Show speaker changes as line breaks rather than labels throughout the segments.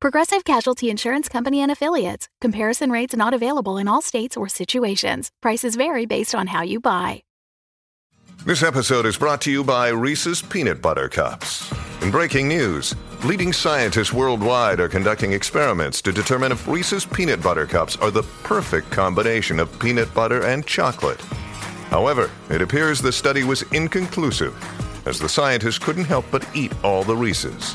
Progressive Casualty Insurance Company and Affiliates. Comparison rates not available in all states or situations. Prices vary based on how you buy.
This episode is brought to you by Reese's Peanut Butter Cups. In breaking news, leading scientists worldwide are conducting experiments to determine if Reese's Peanut Butter Cups are the perfect combination of peanut butter and chocolate. However, it appears the study was inconclusive, as the scientists couldn't help but eat all the Reese's.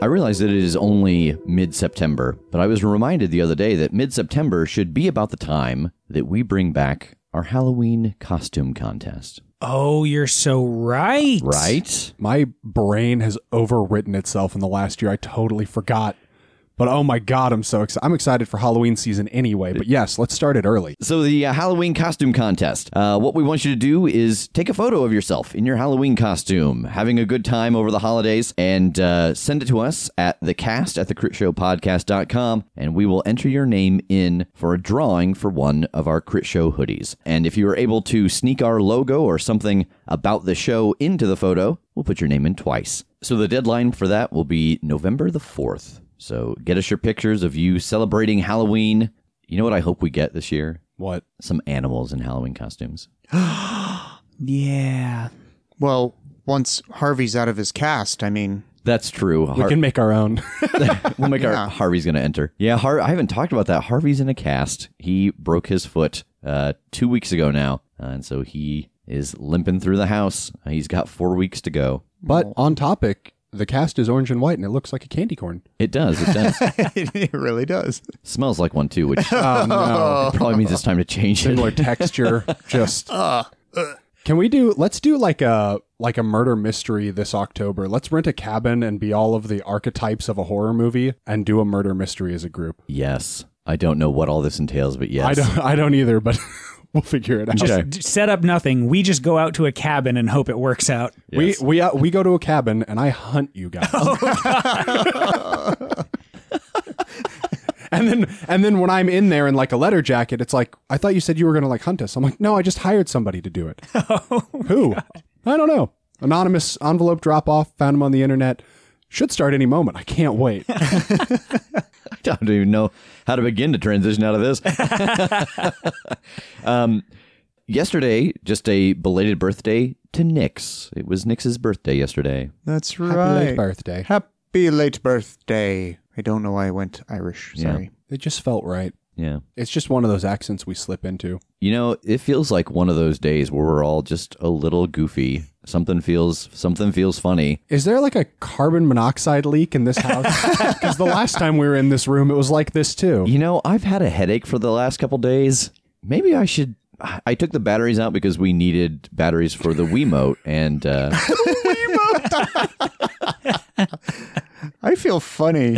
I realize that it is only mid September, but I was reminded the other day that mid September should be about the time that we bring back our Halloween costume contest.
Oh, you're so right.
Right?
My brain has overwritten itself in the last year. I totally forgot. But oh my god, I'm so excited. I'm excited for Halloween season anyway. But yes, let's start it early.
So, the uh, Halloween costume contest. Uh, what we want you to do is take a photo of yourself in your Halloween costume, having a good time over the holidays, and uh, send it to us at the cast at thecritshowpodcast.com, and we will enter your name in for a drawing for one of our Crit Show hoodies. And if you are able to sneak our logo or something about the show into the photo, we'll put your name in twice. So, the deadline for that will be November the 4th. So get us your pictures of you celebrating Halloween. You know what I hope we get this year?
What?
Some animals in Halloween costumes.
Yeah.
Well, once Harvey's out of his cast, I mean,
That's true. Har-
We can make our own.
we'll make our
Yeah.
Harvey's going to enter. Yeah, Har- I haven't talked about that. Harvey's in a cast. He broke his foot uh, two weeks ago now, uh, and so he is limping through the house. Uh, he's got four weeks to go.
but on topic, the cast is orange and white and it looks like a candy corn.
It does. It does.
it really does.
Smells like one too, which
Oh no.
probably means it's time to change it.
Similar texture, just Can we do let's do like a like a murder mystery this October. Let's rent a cabin and be all of the archetypes of a horror movie and do a murder mystery as a group.
Yes. I don't know what all this entails, but yes.
I don't I don't either, but we'll figure it out.
Just d- set up nothing. We just go out to a cabin and hope it works out.
Yes. Oh,
We we uh, we go to a cabin and I hunt you guys. and then and then when I'm in there in like a letter jacket, it's like I thought you said you were going to like hunt us. I'm like, no, I just hired somebody to do it.
Oh,
Who? I don't know. Anonymous envelope drop off. Found him on the internet. Should start any moment. I can't wait.
I don't even know how to begin to transition out of this. um, yesterday, just a belated birthday to Nix. It was Nix's birthday yesterday.
That's
Happy
right.
late birthday.
Happy late birthday. I don't know why I went Irish.
Yeah.
Sorry.
It just felt right.
Yeah.
It's just one of those accents we slip into.
You know, it feels like one of those days where we're all just a little goofy. Something feels something feels funny.
Is there like a carbon monoxide leak in this house? Because the last time we were in this room, it was like this too.
You know, I've had a headache for the last couple days. Maybe I should. I I took the batteries out because we needed batteries for the Wiimote, and uh,
I feel funny.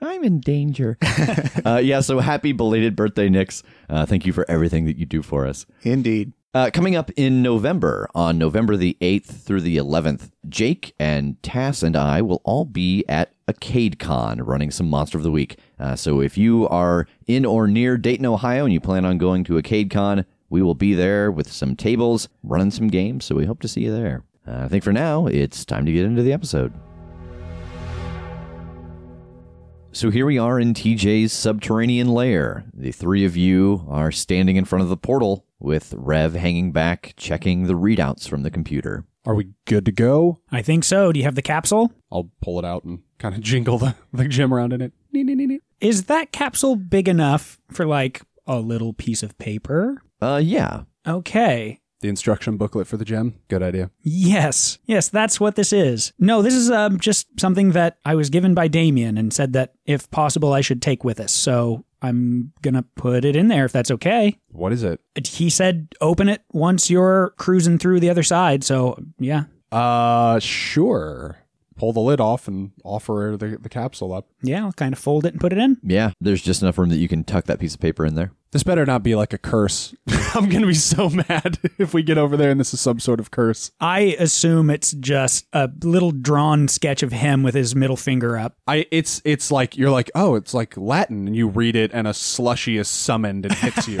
I'm in danger. uh, yeah, so happy belated birthday, Nix. Uh, thank you for everything that you do for us.
Indeed.
Uh, coming up in November, on November the 8th through the 11th, Jake and Tass and I will all be at Acade Con running some Monster of the Week. Uh, so if you are in or near Dayton, Ohio, and you plan on going to Acade Con, we will be there with some tables, running some games. So we hope to see you there. Uh, I think for now, it's time to get into the episode. So here we are in TJ's subterranean lair. The three of you are standing in front of the portal with Rev hanging back, checking the readouts from the computer.
Are we good to go?
I think so. Do you have the capsule?
I'll pull it out and kind of jingle the, the gem around in it. Nee, nee, nee, nee.
Is that capsule big enough for like a little piece of paper?
Uh, yeah.
Okay.
The instruction booklet for the gem. Good idea.
Yes. Yes, that's what this is. No, this is um, just something that I was given by Damien and said that if possible, I should take with us. So I'm going to put it in there if that's okay.
What is it?
He said open it once you're cruising through the other side. So yeah.
Uh, sure. Pull the lid off and offer the, the capsule up.
Yeah, I'll kind of fold it and put it in.
Yeah. There's just enough room that you can tuck that piece of paper in there.
This better not be like a curse. I'm going to be so mad if we get over there and this is some sort of curse.
I assume it's just a little drawn sketch of him with his middle finger up.
I it's it's like you're like, "Oh, it's like Latin." And you read it and a slushy is summoned and hits you.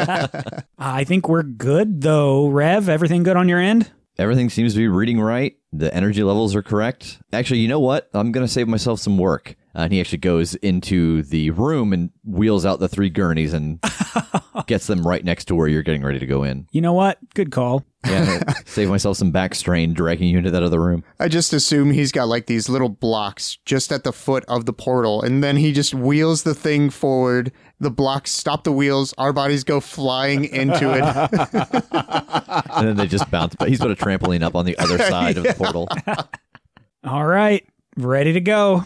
I think we're good though, Rev. Everything good on your end?
Everything seems to be reading right. The energy levels are correct. Actually, you know what? I'm going to save myself some work. Uh, and he actually goes into the room and wheels out the three gurneys and gets them right next to where you're getting ready to go in.
You know what? Good call.
Yeah, I'll save myself some back strain dragging you into that other room.
I just assume he's got like these little blocks just at the foot of the portal, and then he just wheels the thing forward. The blocks stop the wheels. Our bodies go flying into it.
And then they just bounce. But he's put a trampoline up on the other side of the portal.
All right. Ready to go.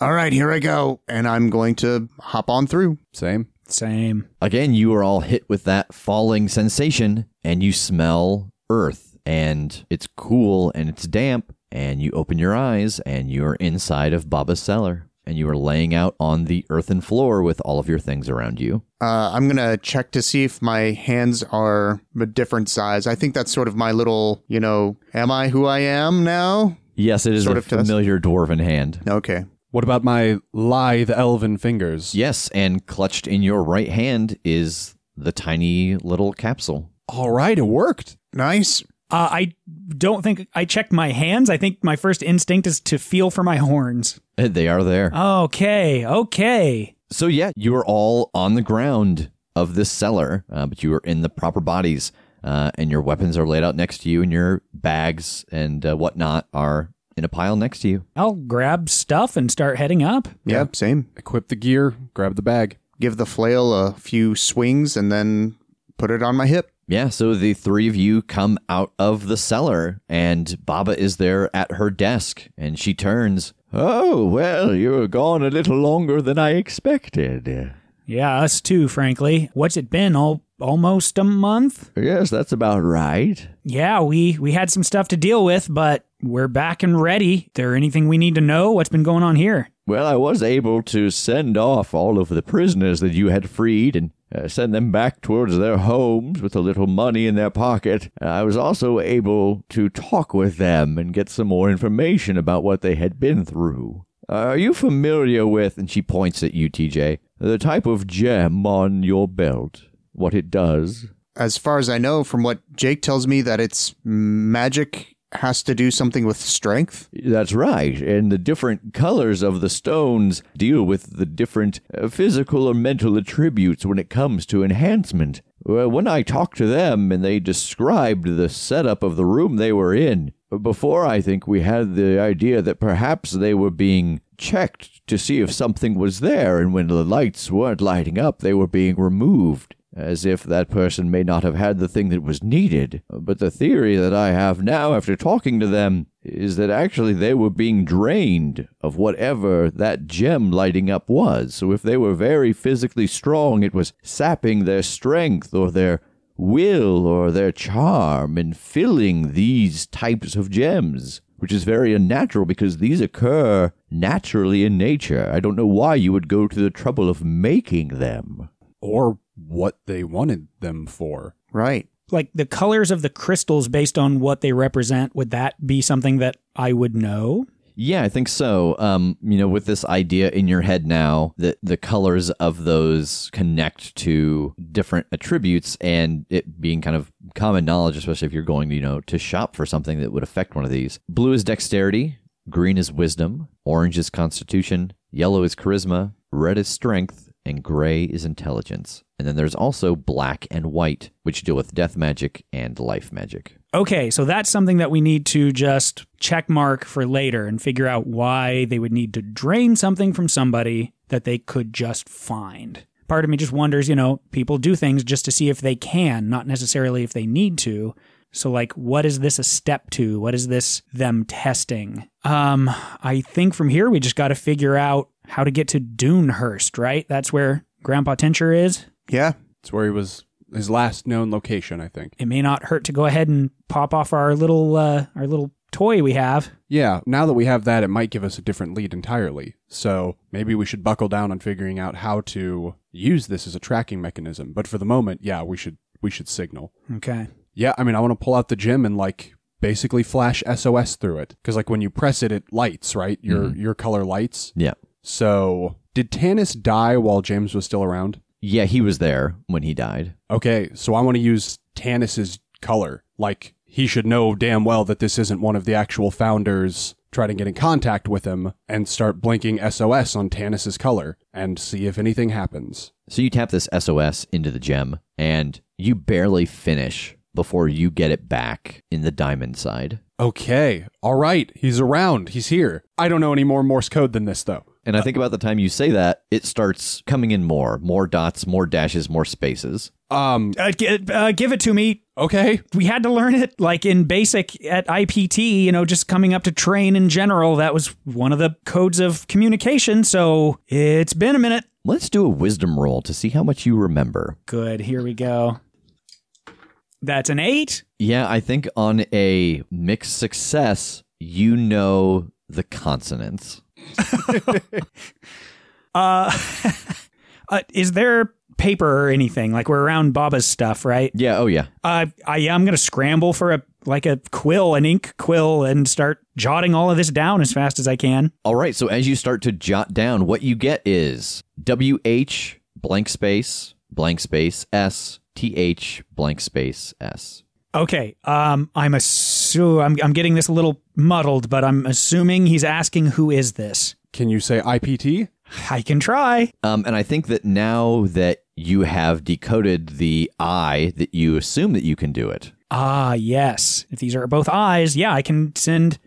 All right, here I go, and I'm going to hop on through.
Same.
Same.
Again, you are all hit with that falling sensation and you smell earth and it's cool and it's damp. And you open your eyes and you're inside of Baba's cellar and you are laying out on the earthen floor with all of your things around you.
Uh, I'm gonna check to see if my hands are a different size. I think that's sort of my little, you know, am I who I am now?
Yes, it is
Sort
a
of to us.
familiar dwarven hand.
Okay.
What about my lithe elven fingers?
Yes, and clutched in your right hand is the tiny little capsule.
All right, it worked.
Nice.
Uh, I don't think I checked my hands. I think my first instinct is to feel for my horns.
Eh, They are there.
Okay. Okay.
So yeah, you are all on the ground of this cellar, uh, but you are in the proper bodies, uh, and your weapons are laid out next to you, and your bags and uh, whatnot are in a pile next to you.
I'll grab stuff and start heading up.
Yep, same.
Equip the gear, grab the bag.
Give the flail a few swings and then put it on my hip.
Yeah, so the three of you come out of the cellar, and Baba is there at her desk, and she turns. Oh, well, you were gone a little longer than I expected.
Yeah, us too, frankly. What's it been? All almost a month?
Yes, that's about right.
Yeah, we we had some stuff to deal with, but we're back and ready. There anything we need to know? What's been going on here?
Well, I was able to send off all of the prisoners that you had freed and uh, send them back towards their homes with a little money in their pocket. And I was also able to talk with them and get some more information about what they had been through. Are you familiar with, and she points at you, TJ, the type of gem on your belt? What it does?
As far as I know, from what Jake tells me, that it's magic has to do something with strength.
That's right. And the different colors of the stones deal with the different uh, physical or mental attributes when it comes to enhancement. Well, when I talked to them and they described the setup of the room they were in, before I think we had the idea that perhaps they were being checked to see if something was there, and when the lights weren't lighting up, they were being removed as if that person may not have had the thing that was needed. But the theory that I have now after talking to them is that actually they were being drained of whatever that gem lighting up was. So if they were very physically strong, it was sapping their strength or their will or their charm in filling these types of gems. Which is very unnatural because these occur naturally in nature. I don't know why you would go to the trouble of making them.
Or what they wanted them for.
Right.
Like the colors of the crystals based on what they represent, would that be something that I would know?
Yeah, I think so. Um, you know, with this idea in your head now that the colors of those connect to different attributes and it being kind of common knowledge, especially if you're going, you know, to shop for something that would affect one of these. Blue is dexterity, green is wisdom, orange is constitution, yellow is charisma, red is strength, and gray is intelligence. And then there's also black and white, which deal with death magic and life magic.
Okay, so that's something that we need to just check mark for later and figure out why they would need to drain something from somebody that they could just find. part of me just wonders, you know, people do things just to see if they can, not necessarily if they need to. So like what is this a step to? What is this them testing? Um I think from here we just got to figure out how to get to Dunehurst, right? That's where Grandpa Tincher is.
Yeah.
It's where he was his last known location, I think.
It may not hurt to go ahead and pop off our little uh our little toy we have.
Yeah, now that we have that, it might give us a different lead entirely. So maybe we should buckle down on figuring out how to use this as a tracking mechanism. But for the moment, yeah, we should we should signal.
Okay.
Yeah, I mean, I want to pull out the gym and like basically flash SOS through it because like when you press it, it lights right. Your your color lights.
Yeah.
So did Tanis die while James was still around?
Yeah, he was there when he died.
Okay, so I want to use Tanis's color. Like he should know damn well that this isn't one of the actual founders. Try to get in contact with him and start blinking SOS on Tanis's color and see if anything happens.
So you tap this SOS into the gem, and you barely finish before you get it back in the diamond side.
Okay, all right, he's around, he's here. I don't know any more Morse code than this though.
And I think about the time you say that, it starts coming in more, more dots, more dashes, more spaces.
Um,
Uh, g- uh, give it to me.
okay,
We had to learn it like in basic at IPT, you know, just coming up to train in general. That was one of the codes of communication. So it's been a minute.
Let's do a wisdom roll to see how much you remember.
Good. Here we go. That's an eight.
Yeah, I think on a mixed success, you know the consonants.
Uh, uh, is there paper or anything? Like we're around Baba's stuff, right?
Yeah, oh yeah.
Uh, I yeah, I'm gonna scramble for a like a quill, an ink quill, and start jotting all of this down as fast as I can.
All right, so as you start to jot down, what you get is WH blank space blank space S TH blank space S.
Okay. Um, I'm assu- I'm I'm getting this a little muddled, but I'm assuming he's asking who is this.
can you say IPT?
I can try.
Um, and I think that now that you have decoded the I, that you assume that you can do it.
Ah, yes. If these are both eyes, yeah, I can send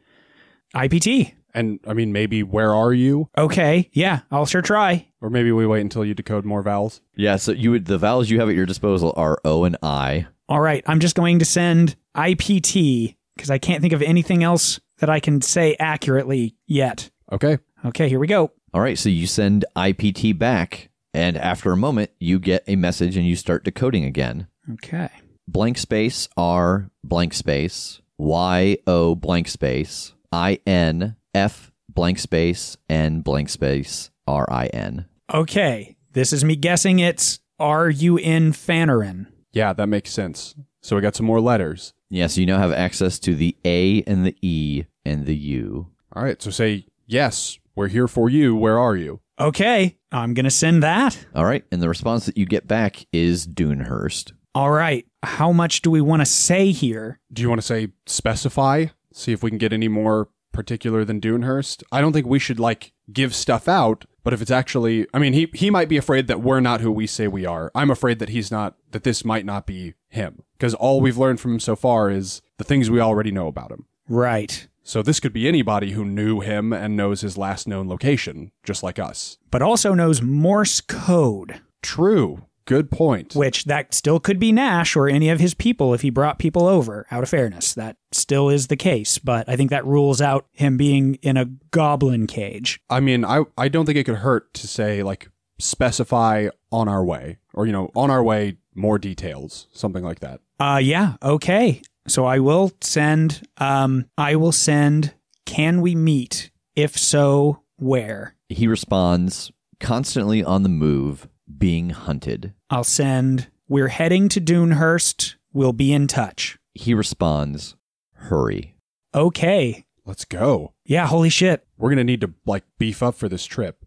IPT.
And I mean, maybe where are you?
Okay. Yeah, I'll sure try.
Or maybe we wait until you decode more vowels.
Yeah, so you would the vowels you have at your disposal are O and I.
All right. I'm just going to send IPT because I can't think of anything else that I can say accurately yet.
Okay,
Okay. Here we go.
All right, so you send IPT back, and after a moment, you get a message and you start decoding again.
Okay.
Blank space R blank space Y O blank space I N F blank space N blank space R I N.
Okay. This is me guessing. It's R U N Fanarin.
yeah, that makes sense. So we got some more letters.
Yeah, so you now have access to the A and the E and the U.
All right, so say, yes, we're here for you. Where are you?
Okay. I'm gonna send that.
All right, and the response that you get back is Dunehurst.
All right. How much do we want to say here?
Do you want to say specify? See if we can get any more particular than Dunehurst. I don't think we should like give stuff out, but if it's actually, I mean, he he might be afraid that we're not who we say we are. I'm afraid that he's not that this might not be him because all we've learned from him so far is the things we already know about him.
Right.
So this could be anybody who knew him and knows his last known location, just like us.
But also knows Morse code,
True. Good point.
which that still could be Nash or any of his people if he brought people over, out of fairness. That still is the case, but I think that rules out him being in a goblin cage.
I mean, I I don't think it could hurt to say like specify on our way or you know on our way more details, something like that.
Uh yeah, okay. So I will send um I will send can we meet? If so, where?
He responds constantly on the move, being hunted.
I'll send we're heading to Dunehurst. We'll be in touch.
He responds, hurry.
Okay.
Let's go.
Yeah, holy shit.
We're gonna need to like beef up for this trip.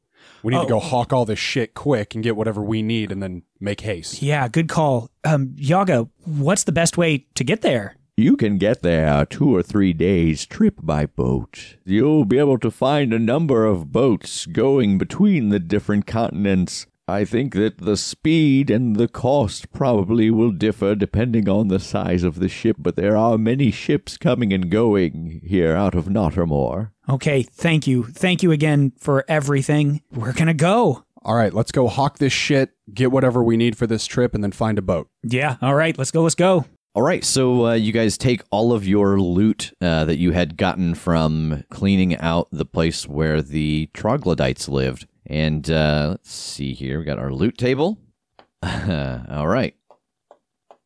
We need
Oh.
to go hawk all this shit quick and get whatever we need, and then make haste.
Yeah, good call. Um, Yaga, what's the best way to get there?
You can get there two or three days' trip by boat. You'll be able to find a number of boats going between the different continents. I think that the speed and the cost probably will differ depending on the size of the ship, but there are many ships coming and going here out of Nottermore.
Okay, thank you. Thank you again for everything. We're gonna go.
all right, let's go hawk this shit, get whatever we need for this trip, and then find a boat.
Yeah. All right. Let's go. Let's go.
All right, so uh, you guys take all of your loot uh, that you had gotten from cleaning out the place where the troglodytes lived. And uh, let's see here. We got our loot table. all right.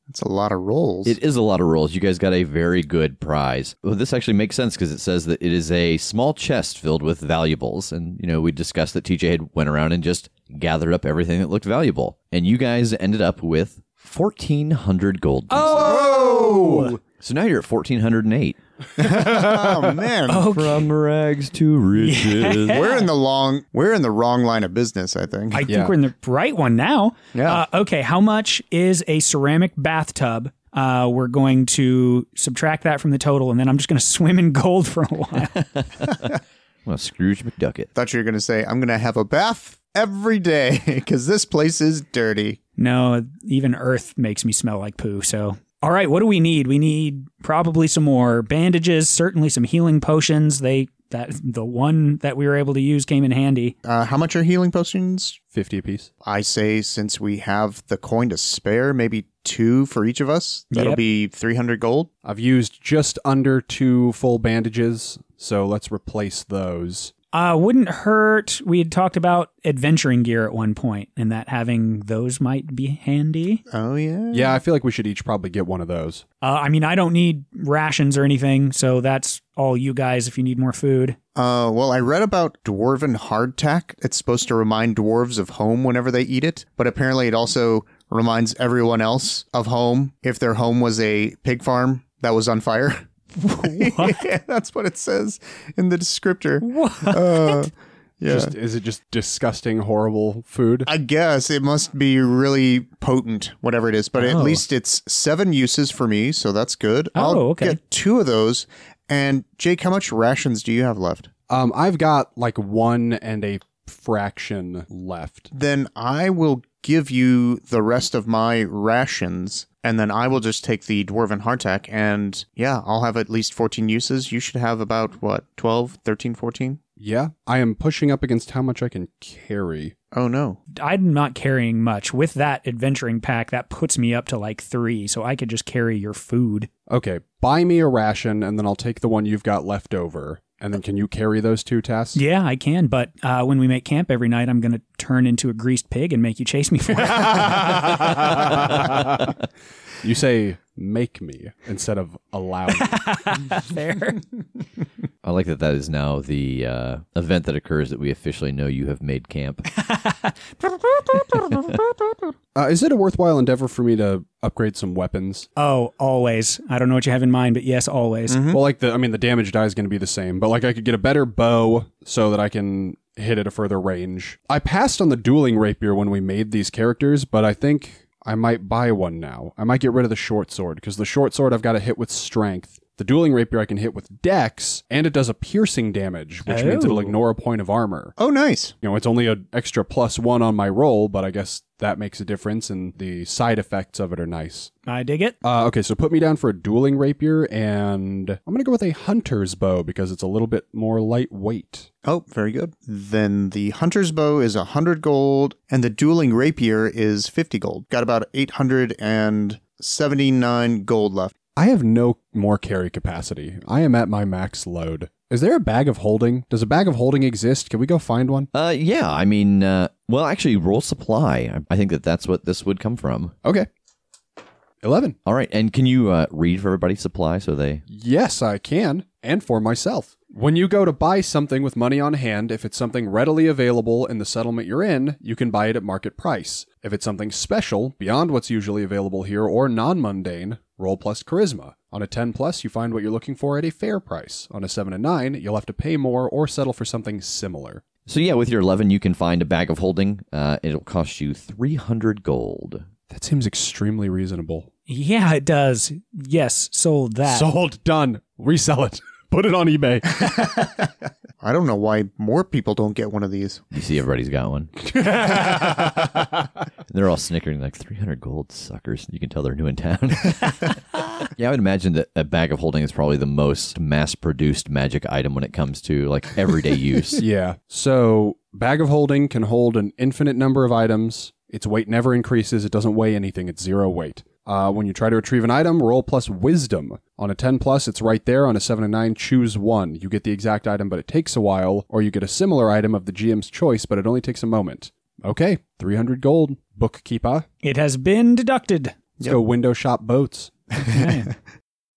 That's a lot of rolls.
It is a lot of rolls. You guys got a very good prize. Well, this actually makes sense because it says that it is a small chest filled with valuables, and you know we discussed that TJ had went around and just gathered up everything that looked valuable, and you guys ended up with fourteen hundred gold.
Oh.
So now you're at fourteen hundred and eight.
oh man,
From rags to riches.
we're in the long, we're in the wrong line of business. I think.
I
Yeah.
think we're in the right one now.
Yeah.
Uh, okay. How much is a ceramic bathtub? Uh, we're going to subtract that from the total, and then I'm just going to swim in gold for a while.
well, Scrooge McDucket.
Thought you were gonna say I'm gonna have a bath every day because this place is dirty.
no, even Earth makes me smell like poo. So, all right, what do we need? We need probably some more bandages. Certainly some healing potions. They that the one that we were able to use came in handy.
Uh, how much are healing potions?
50 apiece.
I say since we have the coin to spare, maybe two for each of us. That'll
Yep.
be 300 gold.
I've used just under two full bandages, so let's replace those.
Uh, wouldn't hurt. We had talked about adventuring gear at one point, and that having those might be handy.
Oh yeah.
Yeah, I feel like we should each probably get one of those.
Uh, I mean, I don't need rations or anything, so that's all you guys. If you need more food,
Uh, well, I read about dwarven hardtack. It's supposed to remind dwarves of home whenever they eat it, but apparently it also reminds everyone else of home if their home was a pig farm that was on fire. yeah, that's what it says in the descriptor. What? Uh, yeah.
Just is it just disgusting, horrible food?
I guess it must be really potent, whatever it is. But at least it's seven uses for me, so that's good. I'll
Oh, okay.
get two of those. And Jake, how much rations do you have left?
Um, I've got like one and a fraction left.
Then I will give you the rest of my rations, and then I will just take the dwarven hardtack. And yeah, I'll have at least fourteen uses. You should have about what 12, 13, 14?
Yeah, I am pushing up against how much I can carry.
Oh no!
I'm not carrying much. With that adventuring pack, that puts me up to like three, so I could just carry your food.
Okay, buy me a ration, and then I'll take the one you've got left over. And then can you carry those two tasks?
Yeah, I can, but uh, when we make camp every night, I'm going to turn into a greased pig and make you chase me for it.
You say make me instead of allow me.
Fair.
I like that that is now the uh, event that occurs that we officially know you have made camp.
Uh, is it a worthwhile endeavor for me to upgrade some weapons?
Oh, always. I don't know what you have in mind, but yes, always.
Well, like the, I mean, the damage die is going to be the same, but like I could get a better bow so that I can hit at a further range. I passed on the dueling rapier when we made these characters, but I think I might buy one now. I might get rid of the short sword because the short sword I've got to hit with strength. The dueling rapier I can hit with dex, and it does a piercing damage, which means it'll
Oh.
ignore a point of armor.
Oh nice.
You know, it's only an extra plus one on my roll, but I guess that makes a difference, and the side effects of it are nice.
I dig it.
Uh, okay, so put me down for a dueling rapier, and I'm gonna go with a hunter's bow because it's a little bit more lightweight.
Oh, very good. Then the hunter's bow is 100 gold, and the dueling rapier is 50 gold. Got about 879 gold left.
I have no more carry capacity. I am at my max load. Is there a bag of holding? Does a bag of holding exist? Can we go find one?
Uh, yeah, I mean, uh, well, actually, roll supply. I- I think that that's what this would come from.
Okay. 11.
All right, and can you uh, read for everybody supply so they?
Yes, I can, and for myself. When you go to buy something with money on hand, if it's something readily available in the settlement you're in, you can buy it at market price. If it's something special, beyond what's usually available here or non mundane, roll plus charisma. On a 10 plus, you find what you're looking for at a fair price. On a 7 and 9, you'll have to pay more or settle for something similar.
So yeah, with your eleven, you can find a bag of holding. Uh, it'll cost you three hundred gold.
That seems extremely reasonable.
Yeah, it does. Yes, sold that.
Sold, done. Resell it. Put it on eBay.
I don't know why more people don't get one of these.
You see, everybody's got one. They're all snickering like three hundred gold suckers. You can tell they're new in town. Yeah, I would imagine that a bag of holding is probably the most mass produced magic item when it comes to like everyday use.
Yeah. So, bag of holding can hold an infinite number of items. Its weight never increases. It doesn't weigh anything. It's zero weight. Uh, when you try to retrieve an item, roll plus wisdom. On a 10 plus, it's right there. On a 7 and 9, choose one. You get the exact item, but it takes a while, or you get a similar item of the GM's choice, but it only takes a moment. Okay, 300 gold, bookkeeper.
It has been deducted.
Let's go window shop boats.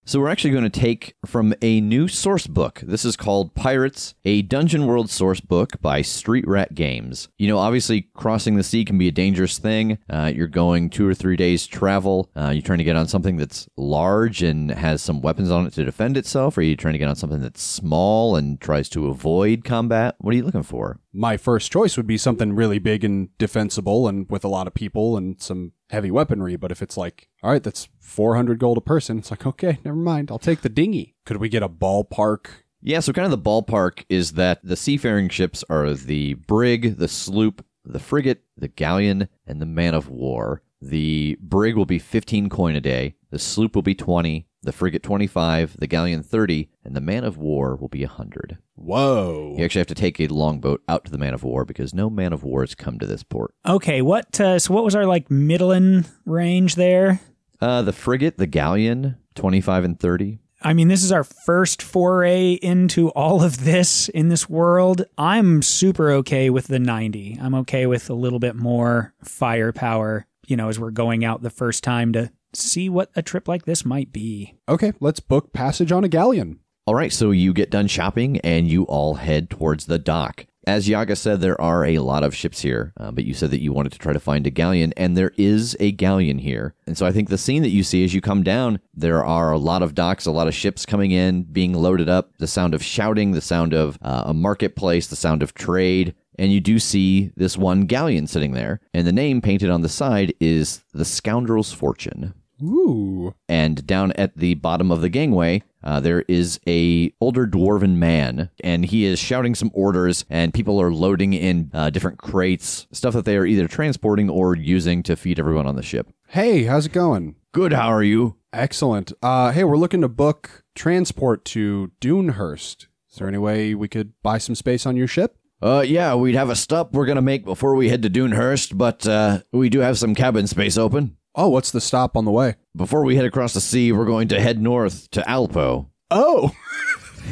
so we're actually going to take from a new source book. This is called Pirates, a Dungeon World source book by Street Rat Games. You know, obviously crossing the sea can be a dangerous thing. Uh, you're going two or three days travel. Uh, you're trying to get on something that's large and has some weapons on it to defend itself, or are you trying to get on something that's small and tries to avoid combat? What are you looking for?
my first choice would be something really big and defensible and with a lot of people and some heavy weaponry. But if it's like, all right, that's 400 gold a person, it's like, okay, never mind. I'll take the dinghy. Could we get a ballpark?
Yeah, so kind of the ballpark is that the seafaring ships are the brig, the sloop, the frigate, the galleon, and the man of war. The brig will be 15 coin a day, the sloop will be 20, the frigate 25, the galleon 30, and the man of war will be 100.
Whoa.
You actually have to take a longboat out to the man of war because no man of war has come to this port.
Okay, what uh, so what was our like middling range there?
Uh, the frigate, the galleon, 25 and 30.
I mean, this is our first foray into all of this in this world. I'm super okay with the 90. I'm okay with a little bit more firepower, you know, as we're going out the first time to see what a trip like this might be.
Okay, let's book passage on a galleon.
All right, so you get done shopping and you all head towards the dock. As Yaga said, there are a lot of ships here, uh, but you said that you wanted to try to find a galleon, and there is a galleon here. And so I think the scene that you see as you come down, there are a lot of docks, a lot of ships coming in, being loaded up, the sound of shouting, the sound of uh, a marketplace, the sound of trade. And you do see this one galleon sitting there, and the name painted on the side is The Scoundrel's Fortune
Ooh.
and down at the bottom of the gangway uh, there is a older dwarven man and he is shouting some orders and people are loading in uh, different crates stuff that they are either transporting or using to feed everyone on the ship
Hey, how's it going?
good how are you
Excellent. Uh, hey, we're looking to book transport to Dunehurst. Is there any way we could buy some space on your ship?
uh yeah we'd have a stop we're gonna make before we head to dunehurst but uh we do have some cabin space open
Oh, what's the stop on the way?
before we head across the sea we're going to head north to alpo
Oh,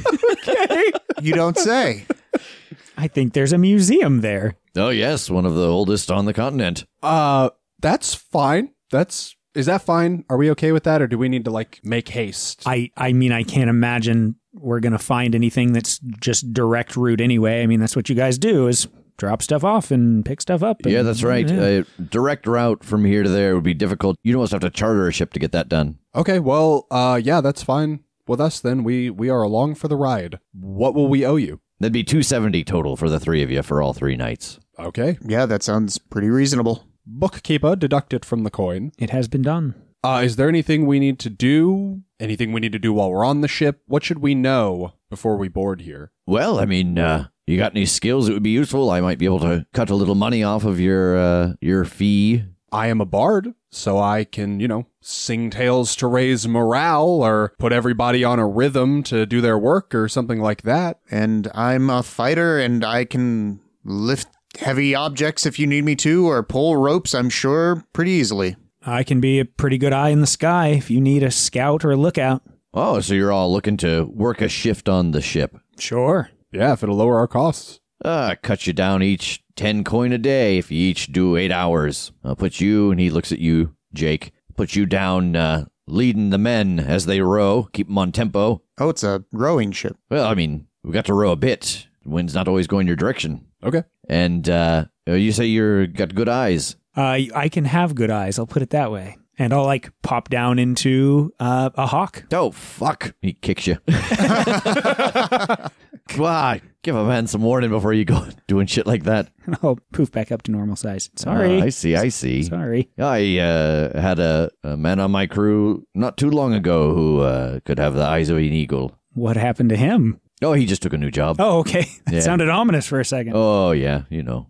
You don't say.
I think there's a museum there.
oh yes one of the oldest on the continent
Uh, that's fine. That's is that fine? Are we okay with that, or do we need to like make haste?
I I mean, I can't imagine we're going to find anything that's just direct route anyway. I mean, that's what you guys do is drop stuff off and pick stuff up.
Yeah,
and-
that's right.
Yeah.
A direct route from here to there would be difficult. You'd almost have to charter a ship to get that done.
okay, well, uh, yeah, that's fine with us. Then we we are along for the ride. What will we owe you?
That'd be 270 total for the three of you for all three nights.
Okay,
Yeah, that sounds pretty reasonable.
bookkeeper, deduct it from the coin.
It has been done.
Uh, is there anything we need to do? Anything we need to do while we're on the ship? What should we know before we board here?
Well, I mean, uh, you got any skills that would be useful? I might be able to cut a little money off of your uh, your fee.
I am a bard, so I can, you know, sing tales to raise morale or put everybody on a rhythm to do their work or something like that.
And I'm a fighter and I can lift heavy objects if you need me to or pull ropes, I'm sure, pretty easily.
I can be a pretty good eye in the sky if you need a scout or a lookout.
Oh, so you're all looking to work a shift on the ship.
Sure.
Yeah, if it'll lower our costs.
Uh, cut you down each 10 coin a day if you each do eight hours. I'll put you, and he looks at you, Jake, put you down uh, leading the men as they row, keep them on tempo.
Oh, it's a rowing ship.
Well, I mean, we've got to row a bit. Wind's not always going your direction.
Okay.
And uh, you say you're got good eyes.
Uh, I can have good eyes. I'll put it that way. And I'll like pop down into uh, a hawk.
Oh fuck! He kicks you. God, give a man some warning before you go doing shit like that.
And I'll poof back up to normal size.
Ah,
Sorry.
I see. I see.
Sorry.
I uh, had a, a man on my crew not too long ago who uh, could have the eyes of an eagle.
What happened to him?
Oh, he just took a new job.
Oh, okay. That
Yeah.
sounded ominous for a second.
oh yeah, you know.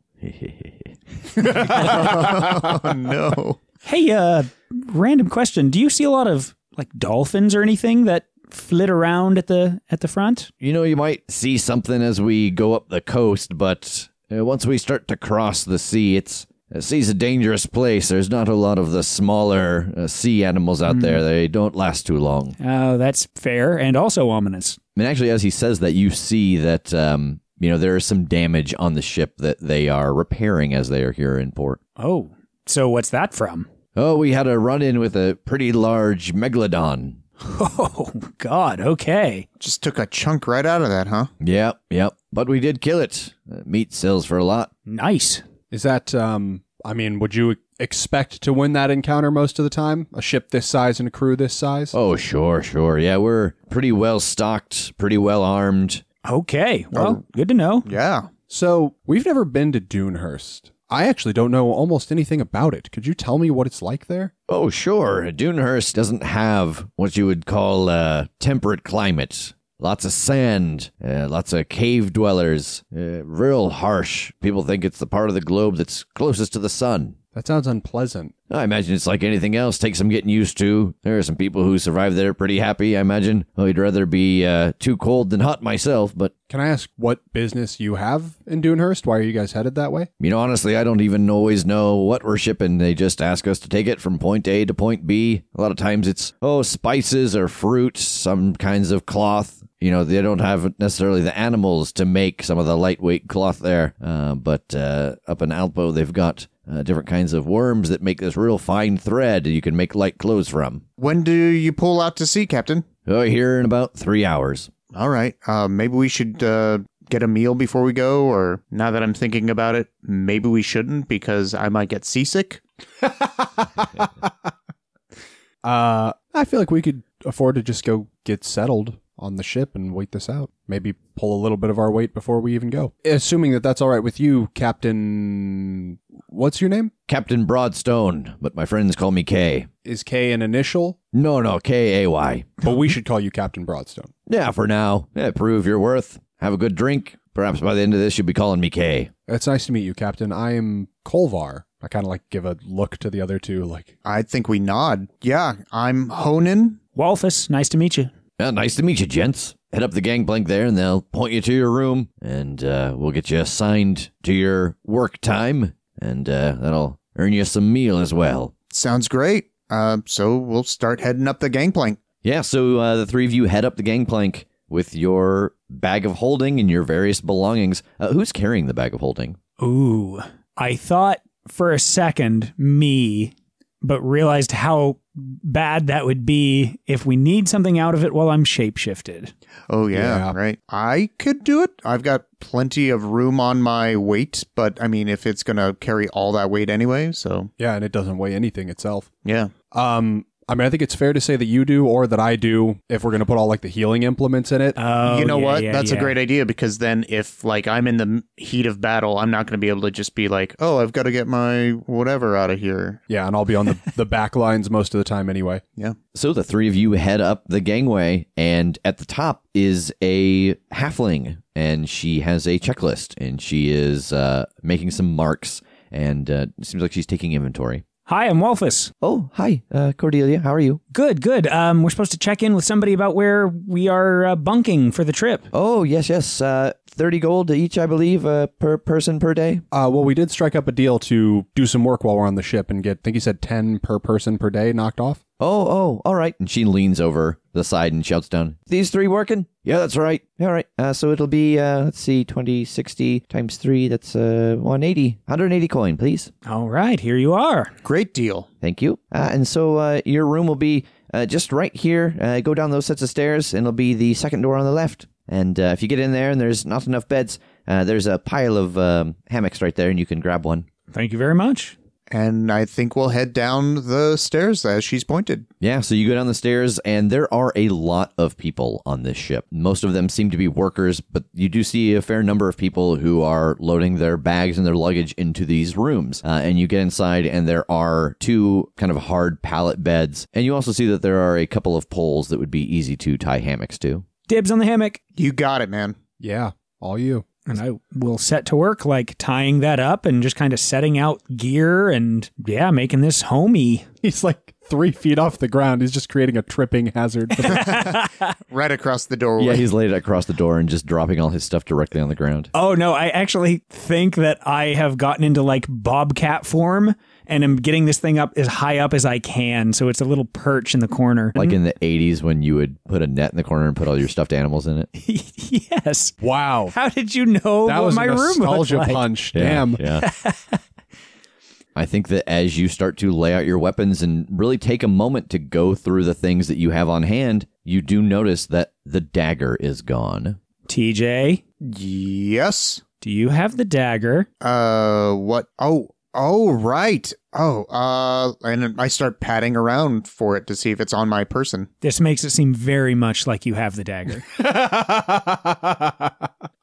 Oh, no. Oh,
Hey, uh, random question. Do you see a lot of like dolphins or anything that flit around at the at the front?
You know, you might see something as we go up the coast, but uh, once we start to cross the sea, it's the sea's a dangerous place. There's not a lot of the smaller uh, sea animals out there. They don't last too long.
Oh, that's fair and also ominous.
I mean, actually, as he says that, you see that um, you know there is some damage on the ship that they are repairing as they are here in port.
Oh, so what's that from?
Oh, we had a run-in with a pretty large megalodon.
Oh God. Okay.
Just took a chunk right out of that, huh?
Yep, yep. But we did kill it. Uh, meat sells for a lot.
Nice.
Is that, um, I mean, would you expect to win that encounter most of the time? A ship this size and a crew this size?
Oh, sure, sure. Yeah, we're pretty well stocked, pretty well armed.
Okay.
Oh.
Well, good to know.
Yeah.
So we've never been to Dunehurst. I actually don't know almost anything about it. Could you tell me what it's like there?
Oh, sure. Dunehurst doesn't have what you would call a temperate climate. Lots of sand, uh, lots of cave dwellers, uh, real harsh. People think it's the part of the globe that's closest to the sun.
That sounds unpleasant.
I imagine it's like anything else. Takes some getting used to. There are some people who survive there pretty happy, I imagine. I'd rather be uh, too cold than hot myself, but
Can I ask what business you have in Dunehurst? Why are you guys headed that way?
You know, honestly, I don't even always know what we're shipping. They just ask us to take it from point A to point B. A lot of times it's, oh, spices or fruit, some kinds of cloth. You know, they don't have necessarily the animals to make some of the lightweight cloth there. Uh, but uh, up in Alpo, they've got uh, different kinds of worms that make this real fine thread you can make light clothes from.
When do you pull out to sea, Captain?
Oh, here in about three hours.
All right. Uh, maybe we should uh, get a meal before we go, or now that I'm thinking about it, maybe we shouldn't because I might get seasick.
Uh, I feel like we could afford to just go get settled on the ship and wait this out. Maybe pull a little bit of our weight before we even go. Assuming that that's all right with you, Captain. What's your name?
Captain Broadstone, but my friends call me K.
Is K an initial?
No, no, K A Y.
But we should call you Captain Broadstone.
Yeah, for now. Yeah, prove your worth. Have a good drink. Perhaps by the end of this, you'll be calling me K.
It's nice to meet you, Captain. I am Kolvar. I kind of like give a look to the other two, like,
I think we nod. Yeah, I'm Honan.
Walfus, nice to meet you.
Yeah, nice to meet you, gents. Head up the gangplank there, and they'll point you to your room, and uh, we'll get you assigned to your work time, and uh, that'll earn you some meal as well.
Sounds great. Uh, so we'll start heading up the gangplank.
Yeah, so uh, the three of you head up the gangplank with your bag of holding and your various belongings. Uh, who's carrying the bag of holding?
Ooh. I thought for a second me, but realized how bad that would be if we need something out of it while I'm shapeshifted.
Oh
Yeah.
yeah, right. I could do it. I've got plenty of room on my weight, but I mean, if it's gonna carry all that weight anyway, so
yeah, and it doesn't weigh anything itself.
yeah.
Um, I mean, I think it's fair to say that you do or that I do if we're going to put all like the healing implements in it.
Oh,
you know
yeah,
what?
yeah,
That's
yeah.
a great idea because then if like I'm in the m- heat of battle, I'm not going to be able to just be like, "Oh, I've got to get my whatever out of here."
yeah, and I'll be on the, the back lines most of the time anyway.
So the three of you head up the gangway, and at the top is a halfling, and she has a checklist, and she is uh, making some marks, and uh, it seems like she's taking inventory.
Hi, I'm Walfus.
Oh, hi, uh, Cordelia. How are you?
Good, good. Um, we're supposed to check in with somebody about where we are uh, bunking for the trip.
Oh, yes, yes. Uh, 30 gold to each, I believe, uh, per person per day.
Uh, well, we did strike up a deal to do some work while we're on the ship and get, I think he said 10 per person per day knocked off.
Oh, oh, all right. And she leans over the side and shouts down, These three working? Yeah, that's right. All right. Uh, so it'll be, uh, let's see, 20, 60 times 3. That's uh, 180. 180 coin, please.
All right, here you are.
Great deal.
Thank you. Uh, and so uh, your room will be uh, just right here. Uh, go down those sets of stairs, and it'll be the second door on the left. And uh, if you get in there and there's not enough beds, uh, there's a pile of um, hammocks right there, and you can grab one.
Thank you very much.
And I think we'll head down the stairs as she's pointed.
Yeah, so you go down the stairs, and there are a lot of people on this ship. Most of them seem to be workers, but you do see a fair number of people who are loading their bags and their luggage into these rooms. Uh, and you get inside, and there are two kind of hard pallet beds. And you also see that there are a couple of poles that would be easy to tie hammocks to.
Dibs on the hammock.
You got it, man.
Yeah, all you.
And I will set to work, like tying that up and just kind of setting out gear and, yeah, making this homey.
He's like three feet off the ground. He's just creating a tripping hazard.
right across the doorway.
Yeah, he's laid it across the door and just dropping all his stuff directly on the ground.
Oh no, I actually think that I have gotten into like bobcat form and I'm getting this thing up as high up as I can. So it's a little perch in the corner.
Like in the 80s when you would put a net in the corner and put all your stuffed animals in it.
yes.
wow.
How did you know
That
what
was
my
a
room looked
nostalgia
like?
punch.
Yeah,
Damn.
Yeah. I think that as you start to lay out your weapons and really take a moment to go through the things that you have on hand, you do notice that the dagger is gone.
TJ,
Yes.
do you have the dagger?
Uh, what? Oh, oh, right. Oh, uh, and I start patting around for it to see if it's on my person.
This makes it seem very much like you have the dagger.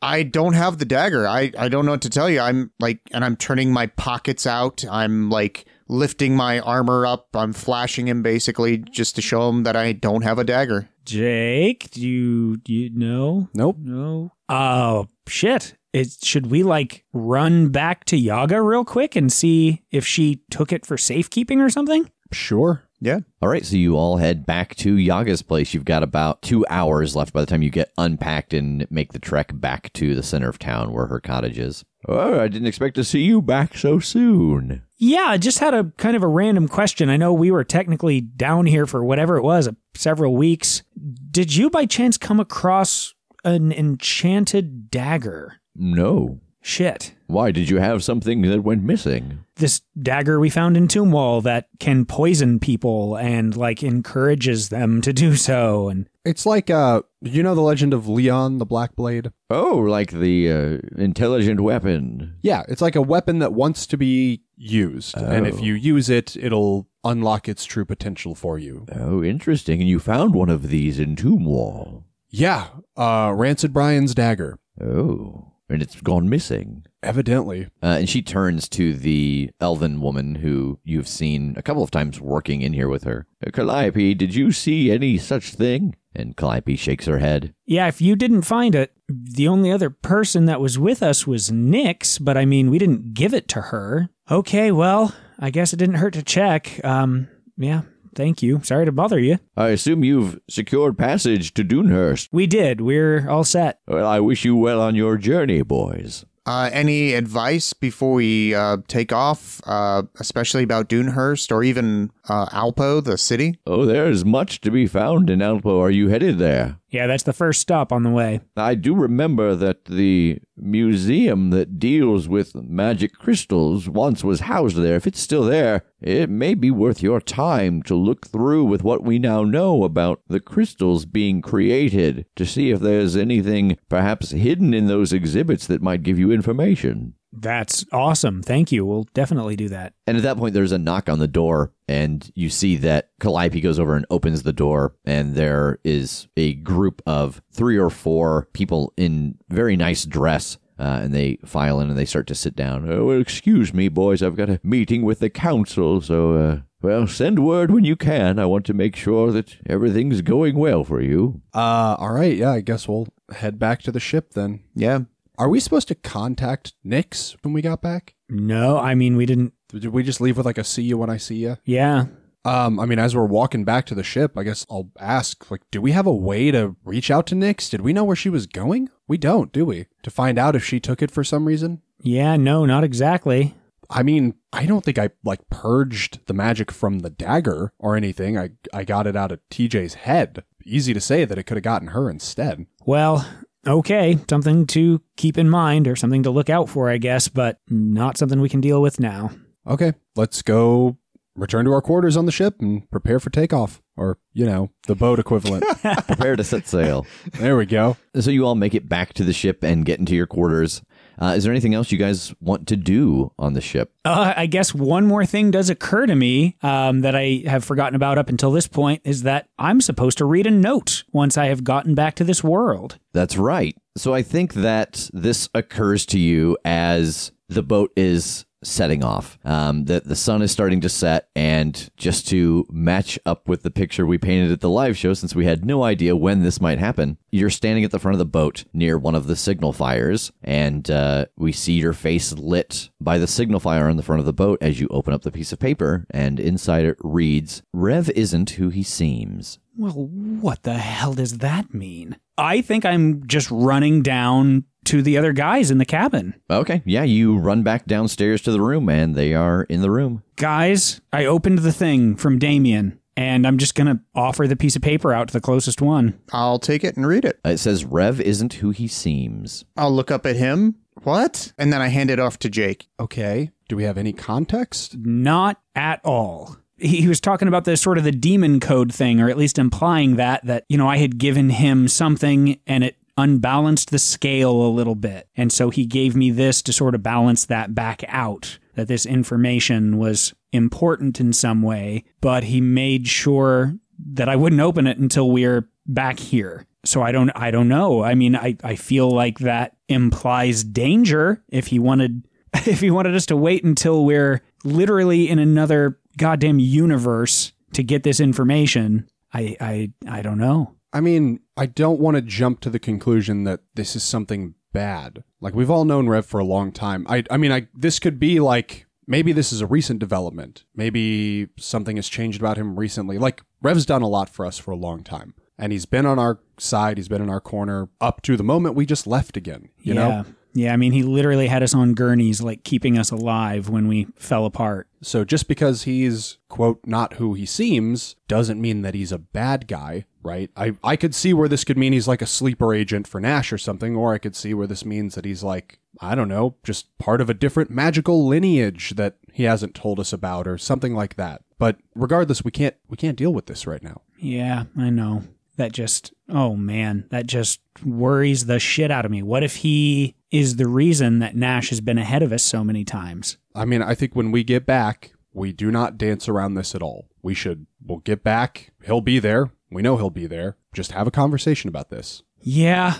I don't have the dagger. I, I don't know what to tell you. I'm like, and I'm turning my pockets out. I'm like lifting my armor up. I'm flashing him basically just to show him that I don't have a dagger.
Jake, do you, do you know?
Nope.
No. Oh, shit. It, should we like run back to Yaga real quick and see if she took it for safekeeping or something?
Sure.
Yeah.
All right, so you all head back to Yaga's place. You've got about two hours left by the time you get unpacked and make the trek back to the center of town where her cottage is. Oh, I didn't expect to see you back so soon.
Yeah, I just had a kind of a random question. I know we were technically down here for whatever it was, uh, several weeks. Did you by chance come across an enchanted dagger?
No.
Shit.
Why did you have something that went missing?
This dagger we found in Tomb Wall that can poison people and like encourages them to do so. And
It's like uh, you know the legend of Leon the Black Blade.
Oh, like the uh, intelligent weapon.
Yeah, it's like a weapon that wants to be used, and if you use it, it'll unlock its true potential for you.
Oh, interesting. And you found one of these in Tomb Wall.
Yeah, uh, Rancid Brian's dagger,
Oh, and it's gone missing.
evidently.
Uh, and she turns to the elven woman who you've seen a couple of times working in here with her. "Uh, Calliope, did you see any such thing? And Calliope shakes her head.
yeah, if you didn't find it, the only other person that was with us was Nix, but I mean, we didn't give it to her. Okay, well, I guess it didn't hurt to check. Um, yeah, thank you. Sorry to bother you.
I assume you've secured passage to Dunehurst.
We did. We're all set.
Well, I wish you well on your journey, boys.
Uh, any advice before we uh, take off, uh, especially about Dunehurst or even uh, Alpo, the city?
Oh, there's much to be found in Alpo. Are you headed there?
Yeah, that's the first stop on the way.
I do remember that the museum that deals with magic crystals once was housed there. If it's still there, it may be worth your time to look through with what we now know about the crystals being created to see if there's anything perhaps hidden in those exhibits that might give you information.
That's awesome. Thank you. We'll definitely do that.
And at that point, there's a knock on the door, and you see that Calliope goes over and opens the door, and there is a group of three or four people in very nice dress. Uh, and they file in and they start to sit down. Oh, well, excuse me, boys. I've got a meeting with the council, so, uh, well, send word when you can. I want to make sure that everything's going well for you.
Uh, all right, yeah, I guess we'll head back to the ship then.
Yeah.
Are we supposed to contact Nix when we got back?
No, I mean, we didn't.
Did we just leave with like a see you when I see you?
Yeah.
Um, I mean, as we're walking back to the ship, I guess I'll ask, like, do we have a way to reach out to Nix? Did we know where she was going? We don't, do we? To find out if she took it for some reason?
Yeah, no, not exactly.
I mean, I don't think I like purged the magic from the dagger or anything. I I got it out of TJ's head. Easy to say that it could have gotten her instead.
Well, okay. Something to keep in mind or something to look out for, I guess, but not something we can deal with now.
Okay, let's go return to our quarters on the ship and prepare for takeoff or, you know, the boat equivalent.
Prepare to set sail.
there we go.
So you all make it back to the ship and get into your quarters. Uh, is there anything else you guys want to do on the ship?
Uh, I guess one more thing does occur to me um, that I have forgotten about up until this point is that I'm supposed to read a note once I have gotten back to this world.
That's right. So I think that this occurs to you as the boat is setting off. Um, the the sun is starting to set, and just to match up with the picture we painted at the live show, since we had no idea when this might happen, you're standing at the front of the boat near one of the signal fires, and uh, we see your face lit by the signal fire on the front of the boat as you open up the piece of paper, and inside it reads, "Rev isn't who he seems."
Well, what the hell does that mean? I think I'm just running down to the other guys in the cabin.
Okay, yeah, you run back downstairs to the room, and they are in the room.
Guys, I opened the thing from Damien, and I'm just going to offer the piece of paper out to the closest one.
I'll take it and read it.
Uh, It says, "Rev isn't who he seems."
I'll look up at him. What? And then I hand it off to Jake.
Okay. Do we have any context?
Not at all. He he was talking about the sort of the demon code thing, or at least implying that, that, you know, I had given him something and it unbalanced the scale a little bit. And so he gave me this to sort of balance that back out, that this information was important in some way, but he made sure that I wouldn't open it until we're back here. So I don't I don't know. I mean, I, I feel like that implies danger if he wanted if he wanted us to wait until we're literally in another goddamn universe to get this information. I I, I don't know.
I mean, I don't want to jump to the conclusion that this is something bad. Like we've all known Rev for a long time. I I mean, I this could be like maybe this is a recent development. Maybe something has changed about him recently. Like Rev's done a lot for us for a long time. And he's been on our side, he's been in our corner up to the moment we just left again, you
yeah.
know?
Yeah, I mean, he literally had us on gurneys, like keeping us alive when we fell apart.
So just because he's quote not who he seems doesn't mean that he's a bad guy, right? I I could see where this could mean he's like a sleeper agent for Nash or something, or I could see where this means that he's like I don't know, just part of a different magical lineage that he hasn't told us about or something like that. But regardless, we can't we can't deal with this right now.
Yeah, I know. That just, oh man, that just worries the shit out of me. What if he is the reason that Nash has been ahead of us so many times?
I mean, I think when we get back, we do not dance around this at all. We should we'll get back. He'll be there. We know he'll be there. Just have a conversation about this.
Yeah.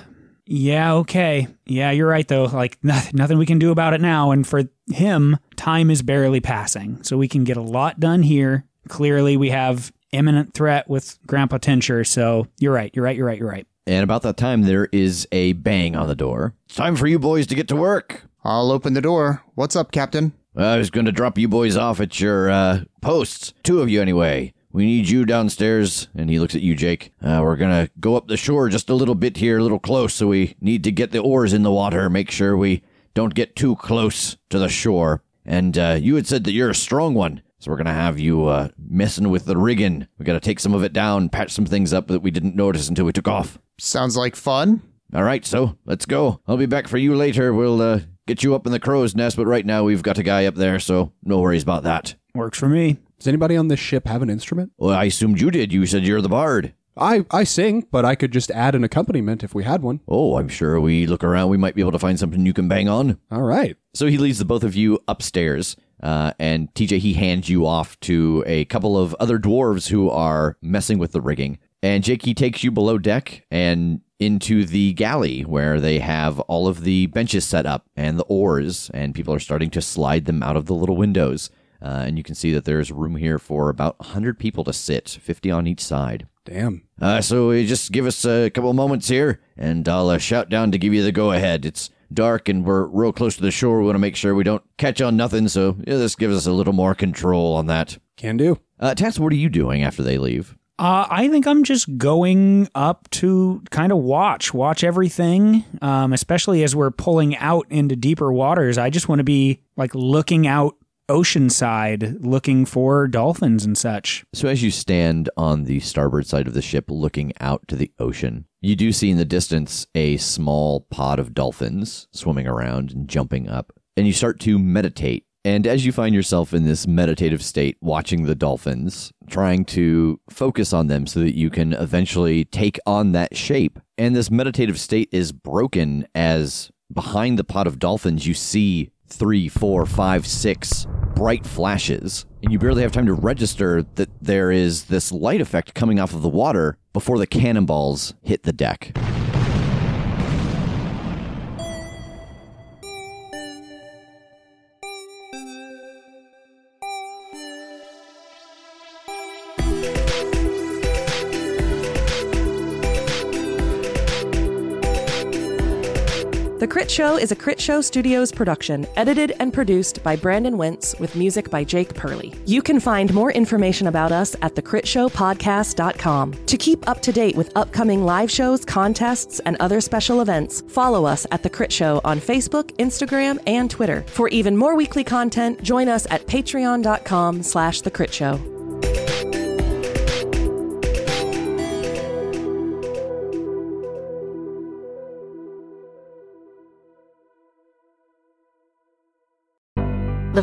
Yeah, okay. Yeah, you're right though. Like nothing, nothing we can do about it now and for him, time is barely passing. So we can get a lot done here. Clearly we have imminent threat with Grandpa Tincher, so you're right. You're right. You're right. You're right.
And about that time, there is a bang on the door. It's time for you boys to get to work.
I'll open the door. What's up, Captain?
I was going to drop you boys off at your uh, posts. Two of you, anyway. We need you downstairs. And he looks at you, Jake. Uh, we're going to go up the shore just a little bit here, a little close. So we need to get the oars in the water, make sure we don't get too close to the shore. And uh, you had said that you're a strong one. So we're going to have you uh, messing with the rigging. we got to take some of it down, patch some things up that we didn't notice until we took off.
Sounds like fun.
All right, so let's go. I'll be back for you later. We'll uh, get you up in the crow's nest, but right now we've got a guy up there, so no worries about that.
Works for me.
Does anybody on this ship have an instrument?
Well, I assumed you did. You said you're the bard.
I I sing, but I could just add an accompaniment if we had one.
Oh, I'm sure we look around. We might be able to find something you can bang on.
All right.
So he leads the both of you upstairs, uh, and TJ he hands you off to a couple of other dwarves who are messing with the rigging. And Jake he takes you below deck and into the galley where they have all of the benches set up and the oars, and people are starting to slide them out of the little windows. Uh, and you can see that there's room here for about 100 people to sit, 50 on each side.
Damn.
Uh, so uh, just give us a couple moments here, and I'll uh, shout down to give you the go ahead. It's dark, and we're real close to the shore. We want to make sure we don't catch on nothing, so yeah, this gives us a little more control on that.
Can do.
Uh, Tats, what are you doing after they leave?
Uh, I think I'm just going up to kind of watch, watch everything, um, especially as we're pulling out into deeper waters. I just want to be like looking out oceanside, looking for dolphins and such.
So as you stand on the starboard side of the ship looking out to the ocean, you do see in the distance a small pod of dolphins swimming around and jumping up. And you start to meditate. And as you find yourself in this meditative state, watching the dolphins, trying to focus on them so that you can eventually take on that shape. And this meditative state is broken as behind the pod of dolphins, you see three, four, five, six bright flashes, and you barely have time to register that there is this light effect coming off of the water before the cannonballs hit the deck.
The Crit Show is a Crit Show Studios production, edited and produced by Brandon Wentz with music by Jake Purley. You can find more information about us at thecritshowpodcast.com. To keep up to date with upcoming live shows, contests, and other special events, follow us at The Crit Show on Facebook, Instagram, and Twitter. For even more weekly content, join us at patreon.com slash The Crit Show.
The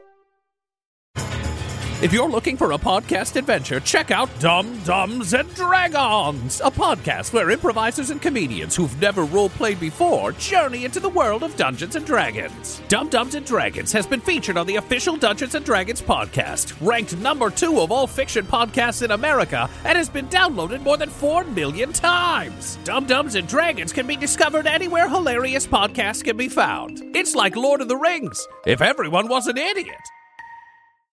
If you're looking for a podcast adventure, check out Dum Dums and Dragons, a podcast where improvisers and comedians who've never roleplayed before journey into the world of Dungeons and Dragons. Dum Dums and Dragons has been featured on the official Dungeons and Dragons podcast, ranked number two of all fiction podcasts in America, and has been downloaded more than 4 million times. Dum Dums and Dragons can be discovered anywhere hilarious podcasts can be found. It's like Lord of the Rings, if everyone was an idiot.